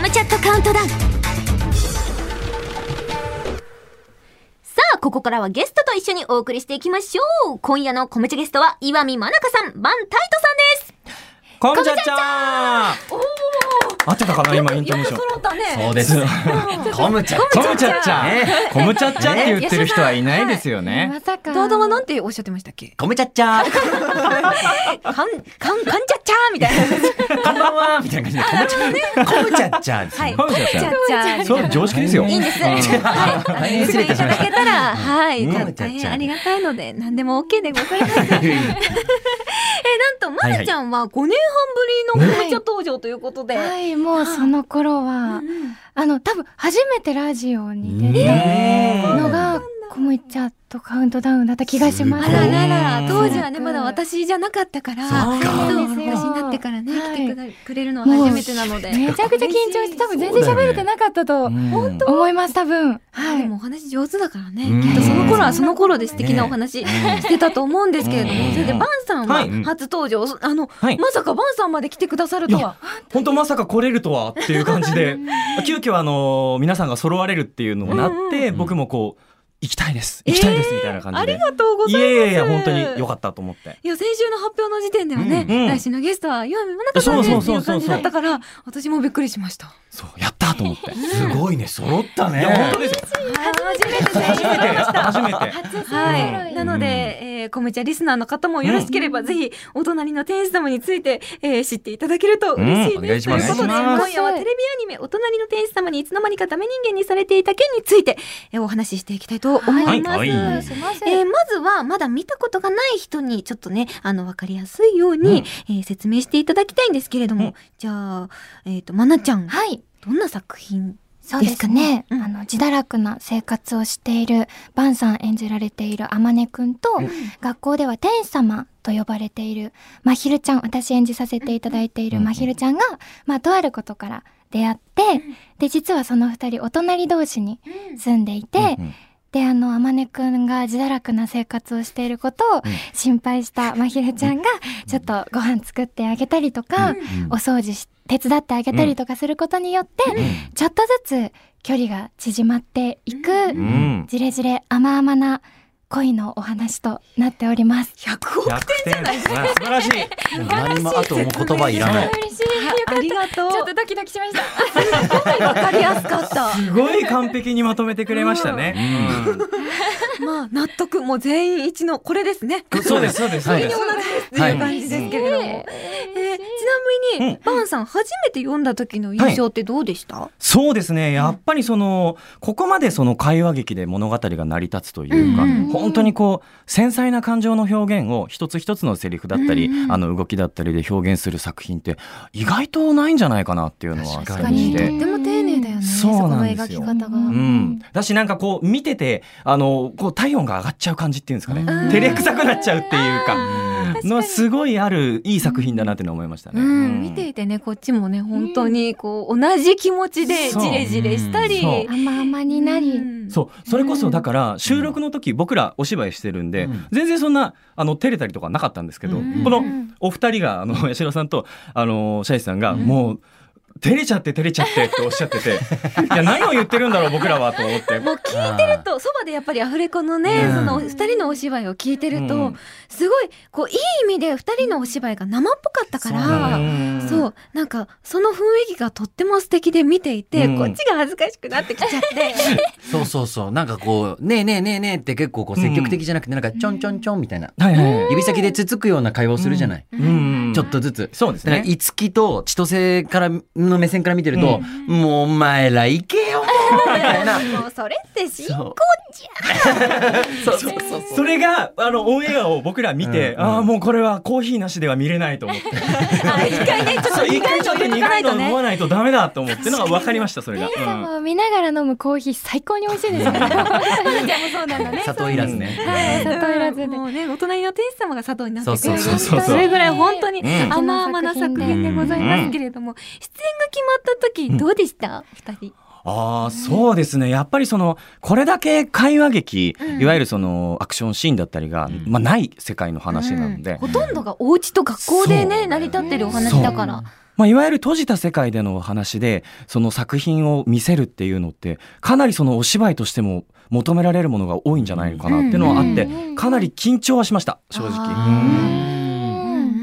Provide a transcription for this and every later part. トダウンさあ、ここからはゲストと一緒にお送りしていきましょう今夜のコムチャゲストは岩見真中さん、バンタイトさんですこんちゃちゃんお合ってたかな今イントネーション揃ったねそうです。コムチャコムチャッチャコムチャッチャって言ってる人はいないですよまねさか。どうどはなんておっしゃってましたっけコムチャッチャかん、かん、かんちゃっちゃーみたいな。こんばんはみたいな感じでコムチャコムチャッチャですはいね。コムチャッチちゃっちゃーャみたいな。それは常識ですよいいんです。うんはい。失礼いただけたら、はい、うん大変ありがたいので、何でも OK でございます。え、なんと、まなちゃんは5年半ぶりの紅茶登場ということで、はい、もうその頃は、あの、多分初めてラジオに出たのが、コムイチャとカウントダウンだった気がしまうす。んあららうんら、当時はね、まだ私じゃなかったから、そっかそうそうなん私ですよになってからね、はい来てくだくれるのは初めてなので。めちゃくちゃ緊張して、多分全然喋れてなかったと本思います、多分。はい、はでいも。お話上手だからねうん。きっとその頃はその頃で素敵なお話ねしてたと思うんですけれどうも、んそれでバンさんははい初登場、そあの、はいまさかバンさんまで来てくださるとは。本当まさか来れるとはっていう感じ で急遽あの皆さんが揃われるっていうのがなって僕もこう行きたいです行きたいですみたいな感あじりでがとうございます。やいやいや本当に良かったと思っていや、先週の発表の時点ではね、うんうん来週のゲストは岩見真中さんですっていそうそうそううそ感じうだったから、私もびっくりしました。そうやったと思 ってすごいね、揃ったいね。や本当ですよ初めて先初めて初めてはい。なので、えー、コムチャリスナーの方もよろしければ、ぜひ、お隣の天使様について、えー、知っていただけると嬉しいうんお願いです。しますということで、お願いします今夜はテレビアニメ、お隣の天使様にいつの間にかダメ人間にされていた件について、えー、お話ししていきたいと思います。はいはいすいませんえーまずは、まだ見たことがない人に、ちょっとね、あの、わかりやすいように、えー説明していただきたいんですけれども、じゃあ、えっ、と、まなちゃん、はい。どんな作品そうですね。ですかねうんあの、自堕落な生活をしている、バンさん演じられているあまねくんと、学校では天使様と呼ばれている、まひるちゃん、私演じさせていただいているまひるちゃんが、まあ、とあることから出会って、で、実はその二人、お隣同士に住んでいて、で、あの、あまねくんが自堕落な生活をしていることを心配したまひるちゃんが、ちょっとご飯作ってあげたりとか、お掃除し、手伝ってあげたりとかすることによって、ちょっとずつ距離が縮まっていく、うんじれじれ甘々な恋のお話となっております。 ?100 億100点素晴らしい何もあともう言葉いらない。嬉しい。ありがとう。ちょっとドキドキしました。わかりやすかった。すごい完璧にまとめてくれましたねまあ、納得、もう全員一の、これですね。うん そうですそうですそうで同すじですっていう感じですけれども。えーちなみに、うんバーンさん、初めて読んだ時の印象ってどうでした、そうですねやっぱりそのここまでその会話劇で物語が成り立つというか、うんうん本当にこう繊細な感情の表現を一つ一つのセリフだったり、うんうんあの動きだったりで表現する作品って意外とないんじゃないかなっていうのは確確かか感じにとてっても丁寧だよね。そうなんですよそこの描き方が。ううん、だしなんかこう見ててあのこう体温が上がっちゃう感じっていうんですかね、うん照れくさくなっちゃうっていうかのはすごいあるいい作品だなっていうのは思いましたね。うん、見ていてね、こっちもね、本当に、こう、同じ気持ちで、そうじれじれしたり、そう甘々になり、うんそうそれこそだから収録の時僕らお芝居してるんで、うん全然そんなあの照れたりとかなかったんですけど、うんこうのんお二人があの 八代さんとあのシャイさんがもう照れちゃって照れちゃってっておっしゃってていや何を言ってるんだろう僕らはと思って。もう聞いてると、そばでやっぱりアフレコのね、うんその二人のお芝居を聞いてると、うんすごい、こう、いい意味で二人のお芝居が生っぽかったから、うんそう、なんか、その雰囲気がとっても素敵で見ていて、うんこっちが恥ずかしくなってきちゃって、そうそうそう。なんかこう、ねえねえねえねえって結構こう積極的じゃなくて、なんかちょんちょんちょんみたいな。はいはいはい指先でつつくような会話をするじゃない。 うんちょっとずつ。そうですだから、ね。いつきと千歳からの目線から見てると、もうお前ら行けよもうみたいな。もうそれってし、そうそうそうそうそれがあのオンエアを僕ら見て、うんああもうこれはコーヒーなしでは見れないと思ってあ一回ね、ちょっと一苦い回のちょっと入れとか苦ないいのと飲まね。ないとダメだと思ってのが分かりましたそれが。天うん様を見ながら飲むコーヒー最高に美味しいですよね。そうなんだね。里いらずね。はい、砂糖いらずでもうね、お隣の天使様が佐藤になってくそうれる。そうそうそうそれぐらい本当にうん甘々な作品でございますけれども、出演が決まった時、どうでした二人。ああ、そうですね。やっぱりその、これだけ会話劇、いわゆるその、アクションシーンだったりが、まあ、ない世界の話なので、ほとんどがお家と学校でそね、う成り立ってるお話だから。まあ、いわゆる閉じた世界でのお話でその作品を見せるっていうのってかなりそのお芝居としても求められるものが多いんじゃないかなっていうのはあって、かなり緊張はしました正直。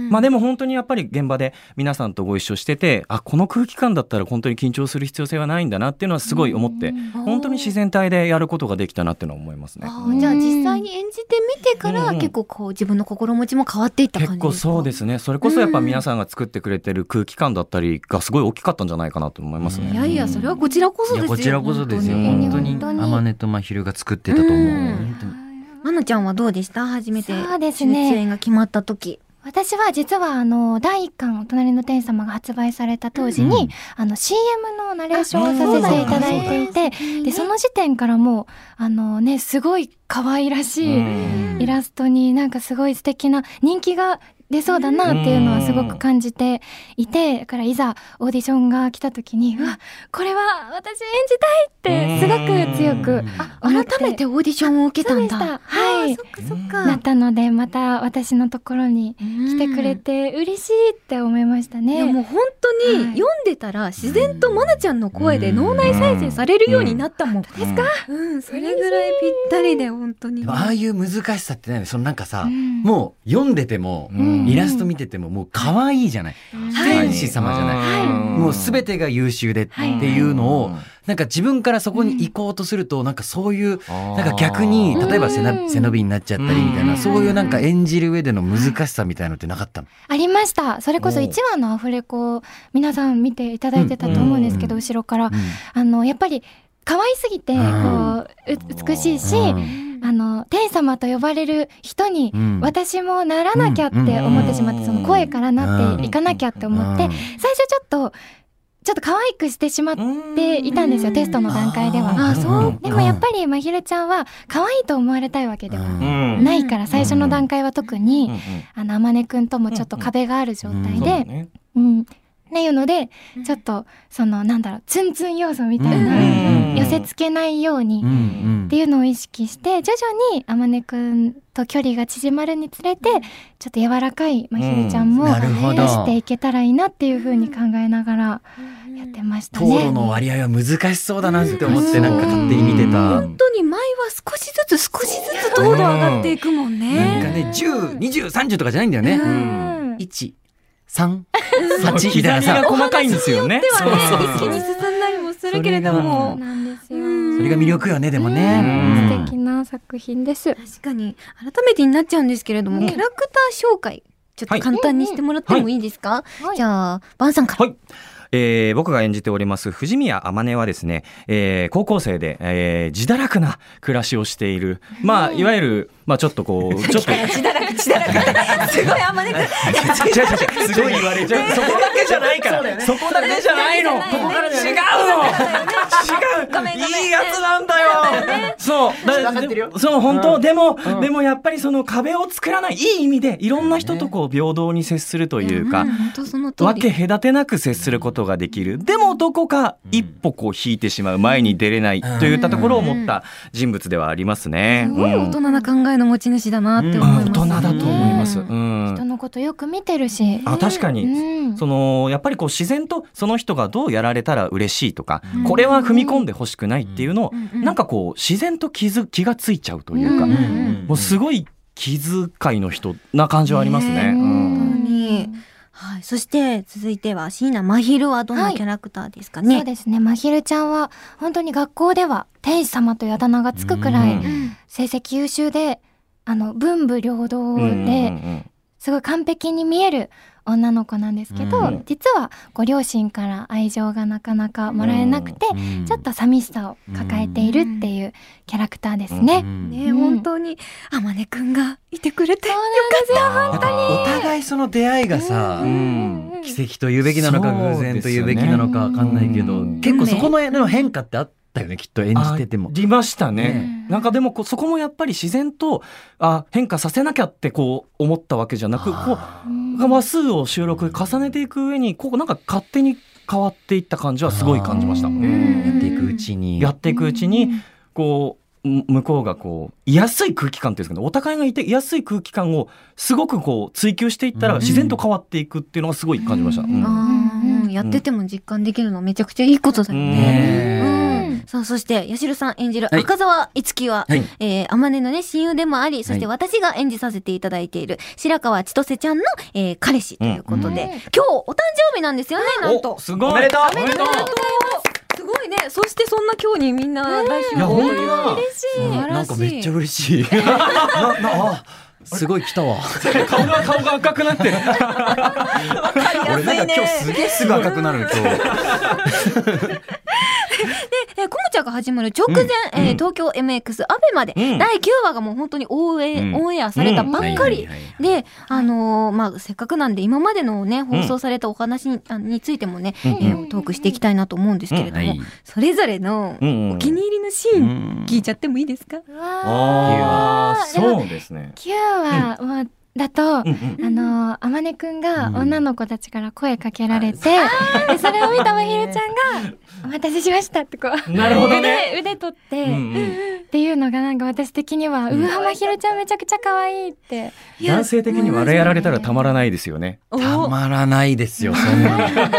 まあでも本当にやっぱり現場で皆さんとご一緒しててあこの空気感だったら本当に緊張する必要性はないんだなっていうのはすごい思って本当に自然体でやることができたなっていうのは思いますね。あーじゃあ実際に演じてみてかうんらうん結構こう自分の心持ちも変わっていった感じ結構そうですすねそれこそやっぱ皆さんが作ってくれてる空気感だったりがすごい大きかったんじゃないかなと思いますかね。いやいやそれはこちらこそでいすやよこちらこそですよ本本当当に本に当にあまねとまひるが作ってたと思う、うん本当にまなちゃんはどうでした初めてそうです出ね演が決まった時私は実はあの第1巻「お隣の天様」が発売された当時に、うんあの CM のナレーションをさせていただいていてでその時点からもうあのねすごい可愛らしいんイラストになんかすごい素敵な人気が出そうだなっていうのはすごく感じていてだからいざオーディションが来た時にうわこれは私演じたいってすごく強く思改ってめてオーディションを受けたそうんでしだたはいそっかそっなかったのでまた私のところに来来てくれて嬉しいって思いましたいやね。もう本当に読んでたら自然とまなちゃんの声で脳内再生されるようになったもん。ですか？うん、それぐらいぴったりで本当にで。もああいう難しさってないそのなんかさ、うんもう読んでても、んイラスト見ててももう可愛いじゃない、はい天使様じゃない、もう全てが優秀でってはいいうのを、うんなんか自分からそこに行こうとすると、なんかそういうななんか逆にー例えば背うなん背伸びになっちゃったりみたいな、うんそういうなんか演じる上での難しさみたいのってなかったの、ありましたそれこそ1話のアフレコ皆さん見ていただいてたと思うんですけど、うん後ろから、うんあのやっぱり可愛すぎてこう、う美しいし、あの天様と呼ばれる人にうん私もならなきゃって思ってしまって、うんその声からなっていかなきゃって思って、最初ちょっとちょっと可愛くしてしまっっていたんですよ、テストの段階では。あーそうでもやっぱりまひるちゃんは可愛いと思われたいわけではうんんないから、最初の段階は特に、うんうんあの、あまねくんともちょっと壁がある状態そうだで、ねうん。っていうので、ちょっと、その、なんだろう、ツンツン要素みたいな、うん寄せつけないようにうんうんっていうのを意識して、徐々にあまねくんと距離が縮まるにつれて、ちょっと柔らかいまひるちゃんもなるほ出どしていけたらいいなっていうふうに考えながらやってました糖ね。度の割合は難しそうだなって思ってうんなんか勝手に見てた。本当に前は少しずつ少しずつ糖度上がっていくもんなんね。かね、10、20、30とかじゃないんだよね。うん1、3、そう8みた刻いなみさが。細かいんですよね。ではねそうそう一そ気うに進んだりもするけれども。なんですうんよ。それが魅力よね、でもね。素敵な作品です。確かに改めてになっちゃうんですけれども、うんキャラクター紹介ちょっと簡単にしてもらってもいいですか、はいじゃあバンさんから、はい。えー僕が演じております藤宮天音はですね、えー高校生で、えー自堕落な暮らしをしている、まあ、いわゆる、まあ、ちょっと こう、ちょっと、違う違う違う すごいあんまねすごい言われちゃう。そこだけじゃないから、そこだけじゃないの。ここから違うの。違う。いいやつなんだよ。そう、だ分かってるよそう、本当、うんでも、うんでも、やっぱり、その壁を作らない、いい意味で、いろんな人とこう平等に接するというか。本当その通分りけ隔てなく接することができる。でもどこか一歩こう引いてしまう、前に出れないといったところを持った人物ではありますね。すごい大人な考えの持ち主だなってうん思い大ます、人だと思います。ううん人ん。のことよく見てるし。あ、確かに。うんそのやっぱりこう自然とその人がどうやられたら嬉しいとか、これは踏み込んでほしくないっていうのを、うんうんなんかこう自然と気づ気がついちゃうというか、うんもうすごい気遣いの人な感じはありますね。ねうん本当にはい、そして続いては椎名真昼はどんなキャラクターですかね、そうですね。まひるちゃんは、本当に学校では、天使様というあだ名がつくくらうい、ん成績優秀で、あの、文武両道うんうんうで、んすごい完璧に見える女の子なんですけうどん、実は、ご両親から愛情がなかなかもらえなくて、うんちょっと寂しさを抱えているっていうキャラクターですね。ねうん本当にあまねくんがいてくれてよなんかお互いその出会いがさ、うん奇跡と言うべきなのか偶然と言うべきなのかわかんないけど、そうです結よね構そこの辺の変化ってあったよねきっと演じててもあ。りましたねね。なんかでもこうそこもやっぱり自然とあ変化させなきゃってこう思ったわけじゃなくこううん話数を収録重ねていく上にこうなんか勝手に変わっていった感じはすごい感じました。あーうんやっていくうちに。やっていくうちにこうむ向こうがこう居やすい空気感っていうんですかねお互いがいて居やすい空気感をすごくこう追求していったうらん自然と変わっていくっていうのがすごい感じました。うんあーやってても実感できるのめちゃくちゃいいことだよね。ねうんさあ、そして、やしるさん演じるはい赤澤いつきは、はいえー、あまねのね、親友でもあり、そしては私が演じさせていただいている、白川千歳ちゃんの、えー、彼氏ということで、う今日んお誕生日なんですよね、なんと。すごいおめでとうおめでとうすごいね。そしてそんな今日にみんな大集いや合本という。当だ嬉しい。なんかめっちゃ嬉しい。 ななあすごい来たわ。顔が顔が赤くなってる俺なんか今日すげえすぐ赤くなる今日。えー、コムチャが始まる直前、えー東京 MX アベまで、うん第9話がもう本当にオンエ,、うんオンエアされたばっかり。はいはいはいはいで、あのーまあ、せっかくなんで、今までのね、放送されたお話に,あ、についてもね、えートークしていきたいなと思うんですけれども、うんはいそれぞれのうんうんお気に入りのシーン、うん聞いちゃってもいいですか、うわああーでもそうですね9話はだと、うんうんあのあまねくんがうん女の子たちから声かけられて、でそれを見たまひるちゃんが「お待たせしました」ってこうなるほどね腕腕取っうて、んうんっていうのがなんか私的には「うわまひるちゃんめちゃくちゃ可愛いって男性的にはあれやられたらたまらないですよねおたまらないですよそんな。そりゃそう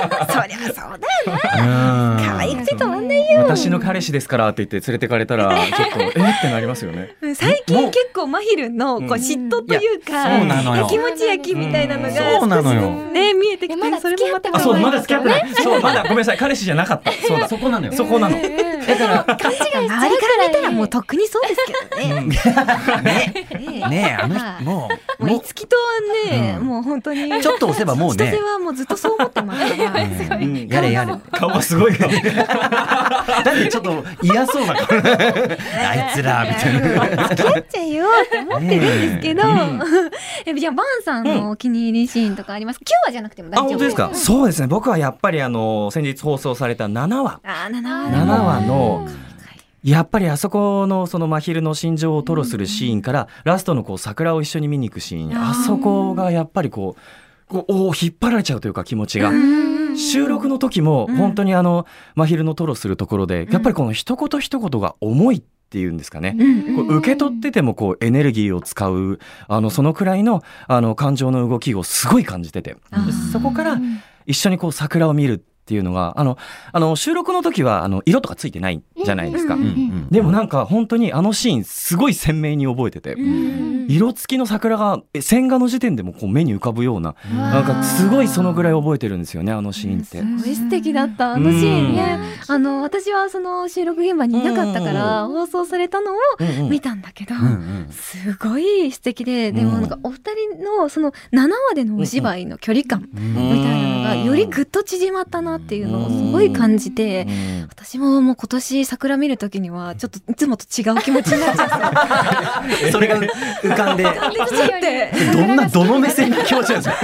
だよな。可愛い。ちょっと待って私の彼氏ですからって言って連れてかれたらちょっとえってなりますよねうん最近結構マヒルのこううん嫉妬というか、いやそうなのよやきもち焼きみたいなのがうんそうなのよ少しずつね見えてきいやまてだそれ付きもま合ってたないあそうまだ付き合ってないそうまだごめんなさい彼氏じゃなかったそうだそこなのよ。そこなのだから勘違いしちゃう周りから見たらもうとっくにそうですけどね。ね ねねあのはいも人もううもいつきとはね、うんもう本当にうちょっと押せばもう人ね世。はもうずっとそう思ってますからうんやれやれ。顔がすご いよなんでちょっと嫌そうな顔。あいつらみたいな。付き合っちゃえよって思ってるんですけど、えじゃあバンさんのお気に入りシーンとかありますか、9話じゃなくても大あ丈本夫当ですか、そうですね僕はやっぱりあの先日放送された7話あー7話だ7話の神やっぱりあそこのその真昼の心情を吐露するシーンからラストのこう桜を一緒に見に行くシーンあそこがやっぱりこうこうおー引っ張られちゃうというか気持ちが回うん収録の時も本当にあの真昼の吐露するところでやっぱりこの一言一言が重いっていうんですかねうんこう受け取っててもこうエネルギーを使うあのそのくらいのあの感情の動きをすごい感じててあーそこから一緒にこう桜を見るっていうのがあのあの収録の時はあの色とかついてないじゃないですか。うんうんでもなんか本当にあのシーンすごい鮮明に覚えてて、うん色付きの桜がえ線画の時点でもこう目に浮かぶようななんかすごいそのぐらい覚えてるんですよねあのシーンって。すごい素敵だったあのシーンねうんあの私はその収録現場にいなかったから放送されたのをうんうん見たんだけど、うんうんすごい素敵で、でもなんかお二人のその7話でのお芝居の距離感うんみたいなのがよりぐっと縮まったなっていうのをすごい感じて、うん私ももう今年桜見るときにはちょっといつもと違う気持ちになっちゃっそれが浮かんで。てどんなどの目線の表情ですか。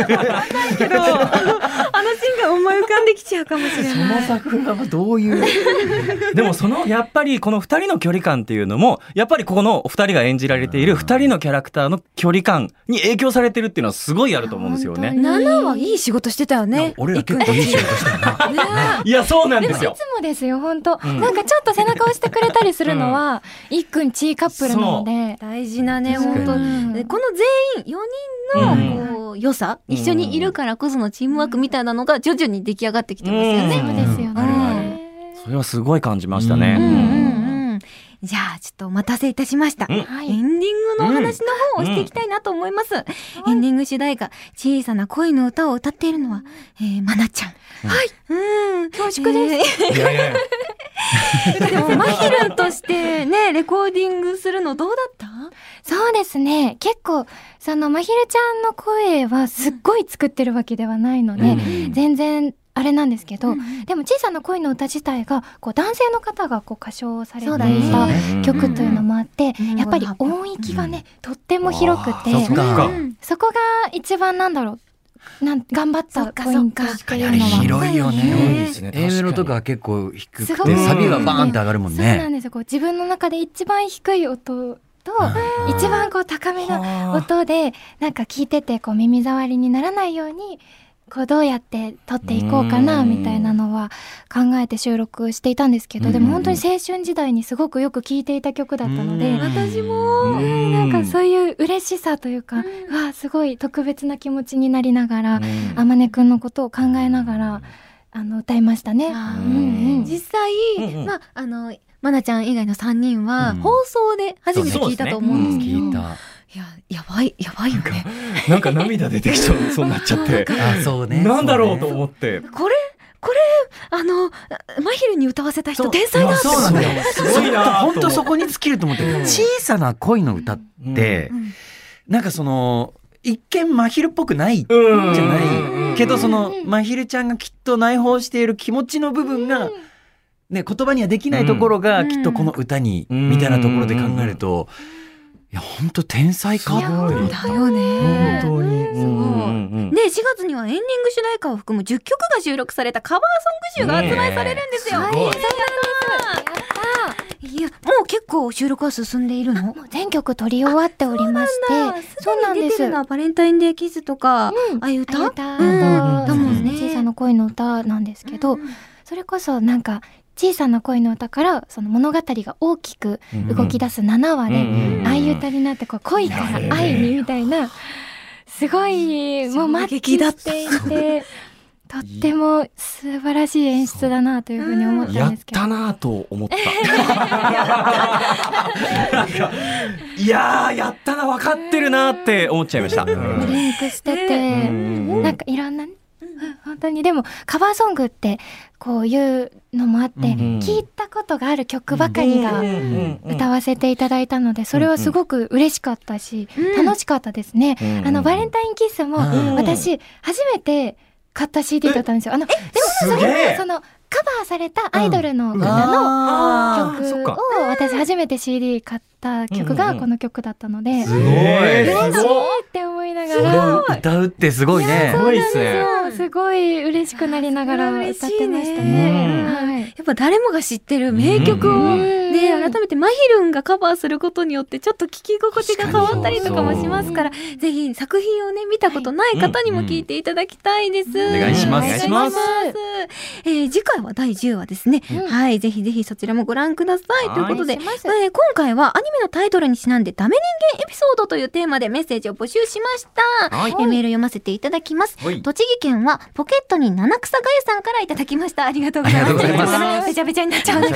けどあのシーンが思い浮かんできちゃうかもしれない。その桜はどうい う。でもそのやっぱりこの2人の距離感っていうのもやっぱりここのお二人が演じられている2人のキャラクターの距離感に影響されてるっていうのはすごいあると思うんですよ本当ね。に7はいい仕事してたよね。俺ら結構いい仕事したよな。ねえいやそうなんででもいすつよも。ですよ本当、んなんかちょっと背中押してくれたりするのは、いっくんちいカップルなので大事なね、確か本に当うんでこの全員4人のこう良さ、うん一緒にいるからこそのチームワークみたいなのが徐々に出来上がってきてますよね。そうですよあるあるね、それはすごい感じましたね。ううんんうんうんじゃあちょっとお待たせいたしました、うんはいエンディングのお話の方をしていきたいなと思います、エンディング主題歌「小さな恋の歌」を歌っているのは、えー、まなちゃん、はいうん恐縮です、いやいやいやえーでもまひるんとしてねレコーディングするのどうだったそうですね結構そのまひるちゃんの声はすっごい作ってるわけではないので、うん全然あれなんですけど、でも小さな恋の歌自体がこう男性の方がこう歌唱をされてそういだねた曲というのもあって、うんやっぱり音域がね、とっても広くてあーそっかうんそこが一番なんだろうなん頑張っそったかポイントそっかっていあうれのは広いよね。広いですね A メロとかは結構低すくごていサビはバーンって上がるもんそうなね。んですよこう自分の中で一番低い音と一番こう高めなは音でなんか聞いててこう耳障りにならないようにこうどうやって撮っていこうかなうんみたいなのは考えて収録していたんですけどでも本当に青春時代にすごくよく聴いていた曲だったのうでん私もうんなんかそういう嬉しさというかうわあすごい特別な気持ちになりながらうんあまねくんのことを考えながらあの歌いましたね。あうーん実際、うんうんまあ、あの、まなちゃん以外の3人は、うん放送で初めて聞いたと思うんですけど、聞いた。いや、やばい、やばいよね。なんか涙出てきちゃう、そうなっちゃって。あ、そうね。なんだろうとっ思って。これ、これ、あの、マヒルに歌わせた人、天才だってそ。うなんだよ。すごいなーと思本って当そこに尽きると思ってうん。小さな恋の歌ってう、んなんかその、一見真昼っぽくないうんじゃないうんけどそのうんまひるちゃんがきっと内包している気持ちの部分が、ね、言葉にはできないところうがんきっとこの歌にうんみたいなところで考えるといや本当天才かすごいってだよね。本当に。うんうんうんで、4月にはエンディング主題歌を含む10曲が収録されたカバーソング集が発売されるんですよ。ねえすごいいや、もう結構収録は進んでいる のもう全曲取り終わっておりまして、そうなすんでにで出てす。るのはバレンタインデーキスとか、うんああいうあゆ歌たうんあとだもんね小さな恋の歌なんですけど、うんそれこそなんか小さな恋の歌からその物語が大きく動き出す7話うんうんうでんああいう歌になってこう恋から愛にみたいなすごいもうマッチしていてとっても素晴らしい演出だなというふうに思ったやんっですけどた。なぁと思った。なんか いやー、やったな、分かってるなって思っちゃいました。うんリンクしてて、うんなんかいろんなね、本当にでもカバーソングってこういうのもあって、ん聞いたことがある曲ばかりが歌わせていただいたので、それはすごく嬉しかったし、うん楽しかったですね、うんあのバレンタインキッスもうん私初めて買った CD だったんですよあのでもそすげれえはそのカバーされたアイドルの方の、ああーそっ曲かを私初めて CD 買った曲うんうんがうんこの曲だったので、すごい嬉しいって思いながらーそれを歌うってすごいねすごいっすね。そうすごい嬉しくなりながら歌ってましたね。はいやっぱ誰もが知ってる名曲うんを、うんね、改めてマヒルンがカバーすることによって、ちょっと聞き心地が変わったりとかもしますから、ぜひ作品をね、見たことない方にも聞いていただきたいです。んお願いしますお願いします。えー次回は第10話ですね。うんはい、ぜひぜひそちらもご覧ください。はいということで、えお願いしますー今回はアニメのタイトルにちなんで、ダメ人間エピソードというテーマでメッセージを募集しました。はいえーメール読ませていただきます。はい栃木県はポケットに七草がゆさんからいただきました。ありがとうございます。ありがとうございます。べちゃべちゃになっ ちゃうね。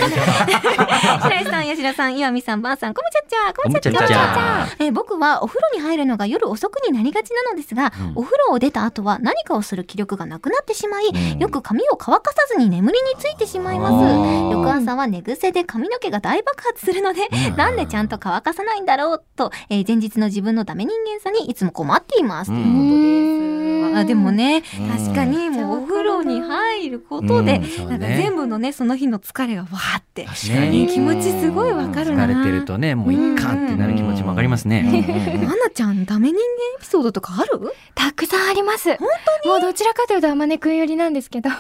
白石さん、吉田さん、岩見さん、ばあさん、こむちゃっちゃ、こむちゃっちゃ。こむちゃっちゃえー僕はお風呂に入るのが夜遅くになりがちなのですが、お風呂を出た後は何かをする気力がなくなってしまい、うんよく髪を乾かさずに眠りについてしまいまあす。ー翌朝は寝癖で髪の毛が大爆発するので、なんでちゃんと乾かさないんだろうと、えー前日の自分のダメ人間さにいつも困っています。うんということです。あでもね、うん確かにもうお風呂に入ることで、うんそうなねんか全部のね、その日の疲れがわーって。確かに。気持ちすごいわかるな。疲れてるとねもういいかってなる気持ちもわかりますね。マナちゃん、ダメ人間エピソードとかあるたくさんあります。本当にもうどちらかというとあまねくん寄りなんですけど、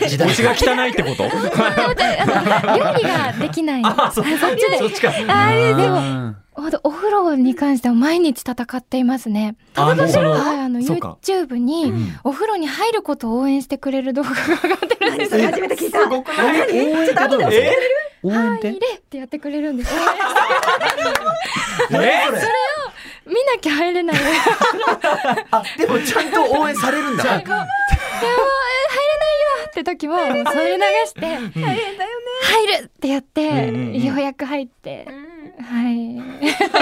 料時代推しが汚いってこと理ができない。あ、そそっちでそっちか。あれでももほんとお風呂に関しては毎日戦っていますね。あの、その、はい、あのそうか YouTube にんお風呂に入ることを応援してくれる動画が上がってるんですよ。初めて聞いた。ごくない応援ってどういうこと応援っ入てれってやってくれるんですよ。ええ見なきゃ入れない。あでもちゃんと応援されるんだ。でも、えー入れないよって時は、もうそれ流して、大変だよね。入るってやって、うんうんうんようやく入って、はい。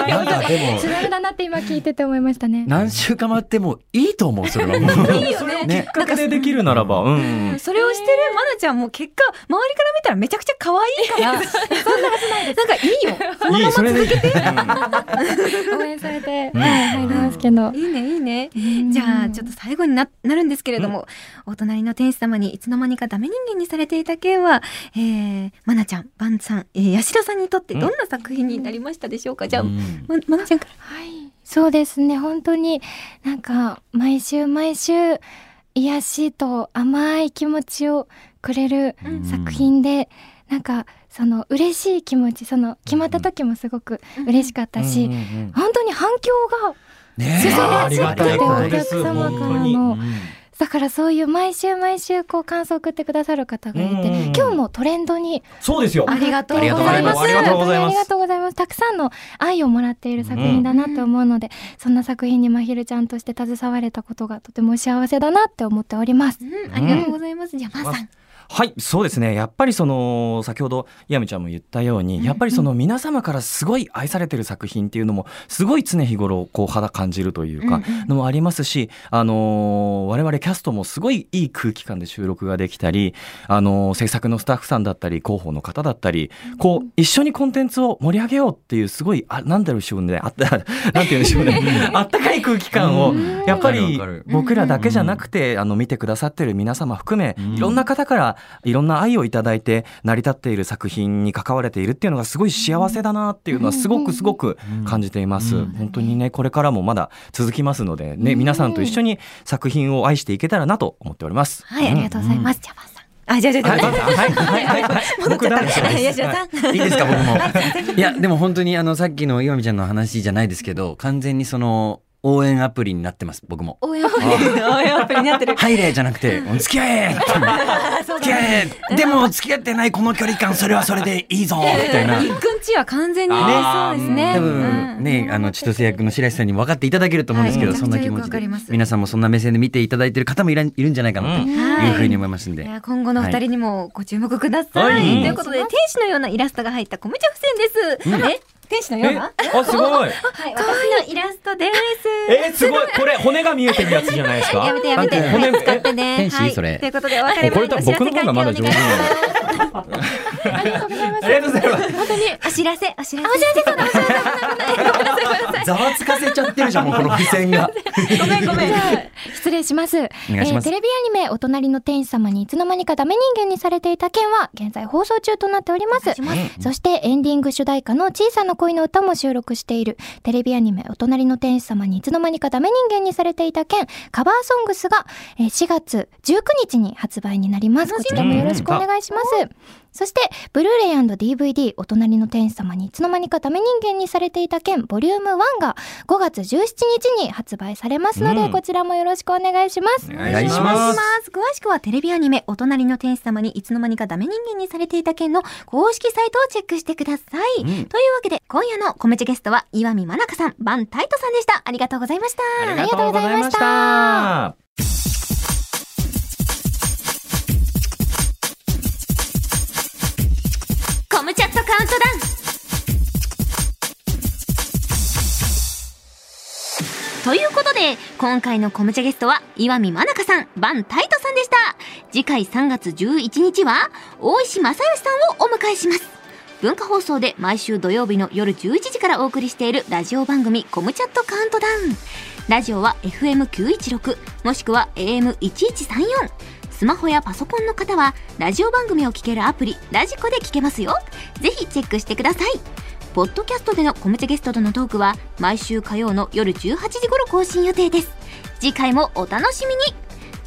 なんかでもつらだなって今聞いてて思いましたね。何週間待ってもいいと思うそれはもう。いいよね。ねきっかけでできるならば、うんうん。それをしてるマナちゃんも結果、周りから見たらめちゃくちゃ可愛いから。 そんなことないです。なんかいいよ。いい、それで。応援されて、はい、入りますけど。いいね、いいね。じゃあ、ちょっと最後にななるんですけれども、お隣の天使様にいつの間にかダメ人間にされていた件は、えー、マナちゃん、バンさん、えー、ヤシロさんにとってどんな作品になりましたでしょうか、じゃあ、うまんマナちゃんから。はい。そうですね、本当に、なんか、毎週毎週、癒しと甘い気持ちをくれるうん作品で、なんか、その嬉しい気持ち、その決まった時もすごく嬉しかったし、うんうんうん本当に反響がねすごいあーありがたいことおで客す。様から本当に。のだからそういう毎週毎週こう感想を送ってくださる方がいて、うんうんうん今日もトレンドにそうですよありがとうあごりがとうござざいいまますす。ありがとうございますありがとうございますたくさんの愛をもらっている作品だなと思うので、そんな作品にまひるちゃんとして携われたことがとても幸せだなって思っております。うん、ありがとうございます。じゃあ、まさん。はい、そうですね。やっぱりその、先ほど、やみちゃんも言ったように、やっぱりその皆様からすごい愛されてる作品っていうのも、すごい常日頃、こう、肌感じるというか、のもありますし、あのー我々キャストもすごいいい空気感で収録ができたり、あのー制作のスタッフさんだったり、広報の方だったり、こう、一緒にコンテンツを盛り上げようっていう、すごい、あ、なんだろうでしょうね、あった、なんて言うんでしょうね、あったかい空気感を、やっぱりわかるわかる僕らだけじゃなくて、あの見てくださってる皆様含め、いろんな方からいろんな愛をいただいて成り立っている作品に関われているっていうのがすごい幸せだなっていうのはすごくすごく感じています、うん本当にねこれからもまだ続きますのでね、皆さんと一緒に作品を愛していけたらなと思っておりますはい、ありがとうございます。じゃあ、まさん。あ、じゃあ、じゃあ、はいじゃあ、はいはいはいはい僕だはい吉田さん。いいですか僕も。いやでも本当にあのさっきの岩見ちゃんの話じゃないですけど完全にその応援アプリになってます僕も。応援アプリ。応援アプリになってる。入れじゃなくて「付き合え!」付き合えでも付き合ってないこの距離感それはそれでいいぞみたいな。いっくんちは完全にね、あそーうですね。多う分んね、あの千歳役の白石さんにも分かっていただけると思うんですけど、はいそんな気持めちゃくちゃよくわかちりでます皆さんもそんな目線で見ていただいてる方もいらんいるんじゃないかなとういんはうふうに思いますんで、いや今後のお二人にもご注目ください。はいということで、天使のようなイラストが入ったコムチャ付箋です。え天使のようなあすごいはい、私のイラストです。えー、すごいこれ骨が見えてるやつじゃないですかやめてやめて、なんかはい使ってね。天使はいそれということで、お別れこれ前にお知ら多分せ僕の方がまだ上手なんだありがとうございます。ありがとうございます本当にお知らせ、お知らせ。お知らせそうだ、お知らせざわつかせちゃってるじゃんもうこの付箋がごめんごめん。失礼します。願いしますえーテレビアニメお隣の天使様にいつの間にかダメ人間にされていた件は現在放送中となっております。そしてエンディング主題歌の小さな恋の歌も収録しているテレビアニメお隣の天使様にいつの間にかダメ人間にされていた件カバーソングスがえー4月19日に発売になります。こちらもよろしくお願いします。そして、ブルーレイ &DVD お隣の天使様にいつの間にかダメ人間にされていた件ボリューム1が5月17日に発売されますので、うんこちらもよろしくお願いします。おお願いしお願まいしますす。詳しくはテレビアニメ、お隣の天使様にいつの間にかダメ人間にされていた件の公式サイトをチェックしてください。というわけで、今夜のコムチゲストは岩見真中さん、バンタイトさんでした。ありがとうございました。ありがとうございました。コムチャットカウントダウンということで、今回のコムチャゲストは、岩見真中さん、バンタイトさんでした。次回3月11日は、大石正義さんをお迎えします。文化放送で毎週土曜日の夜11時からお送りしているラジオ番組コムチャットカウントダウン。ラジオは FM916 もしくは AM1134。スマホやパソコンの方はラジオ番組を聴けるアプリラジコで聴けますよ。ぜひチェックしてください。ポッドキャストでのコムチャゲストとのトークは毎週火曜の夜18時頃更新予定です。次回もお楽しみに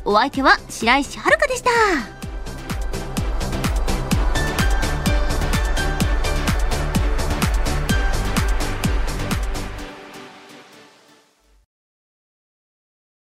お相手は白石遥でした。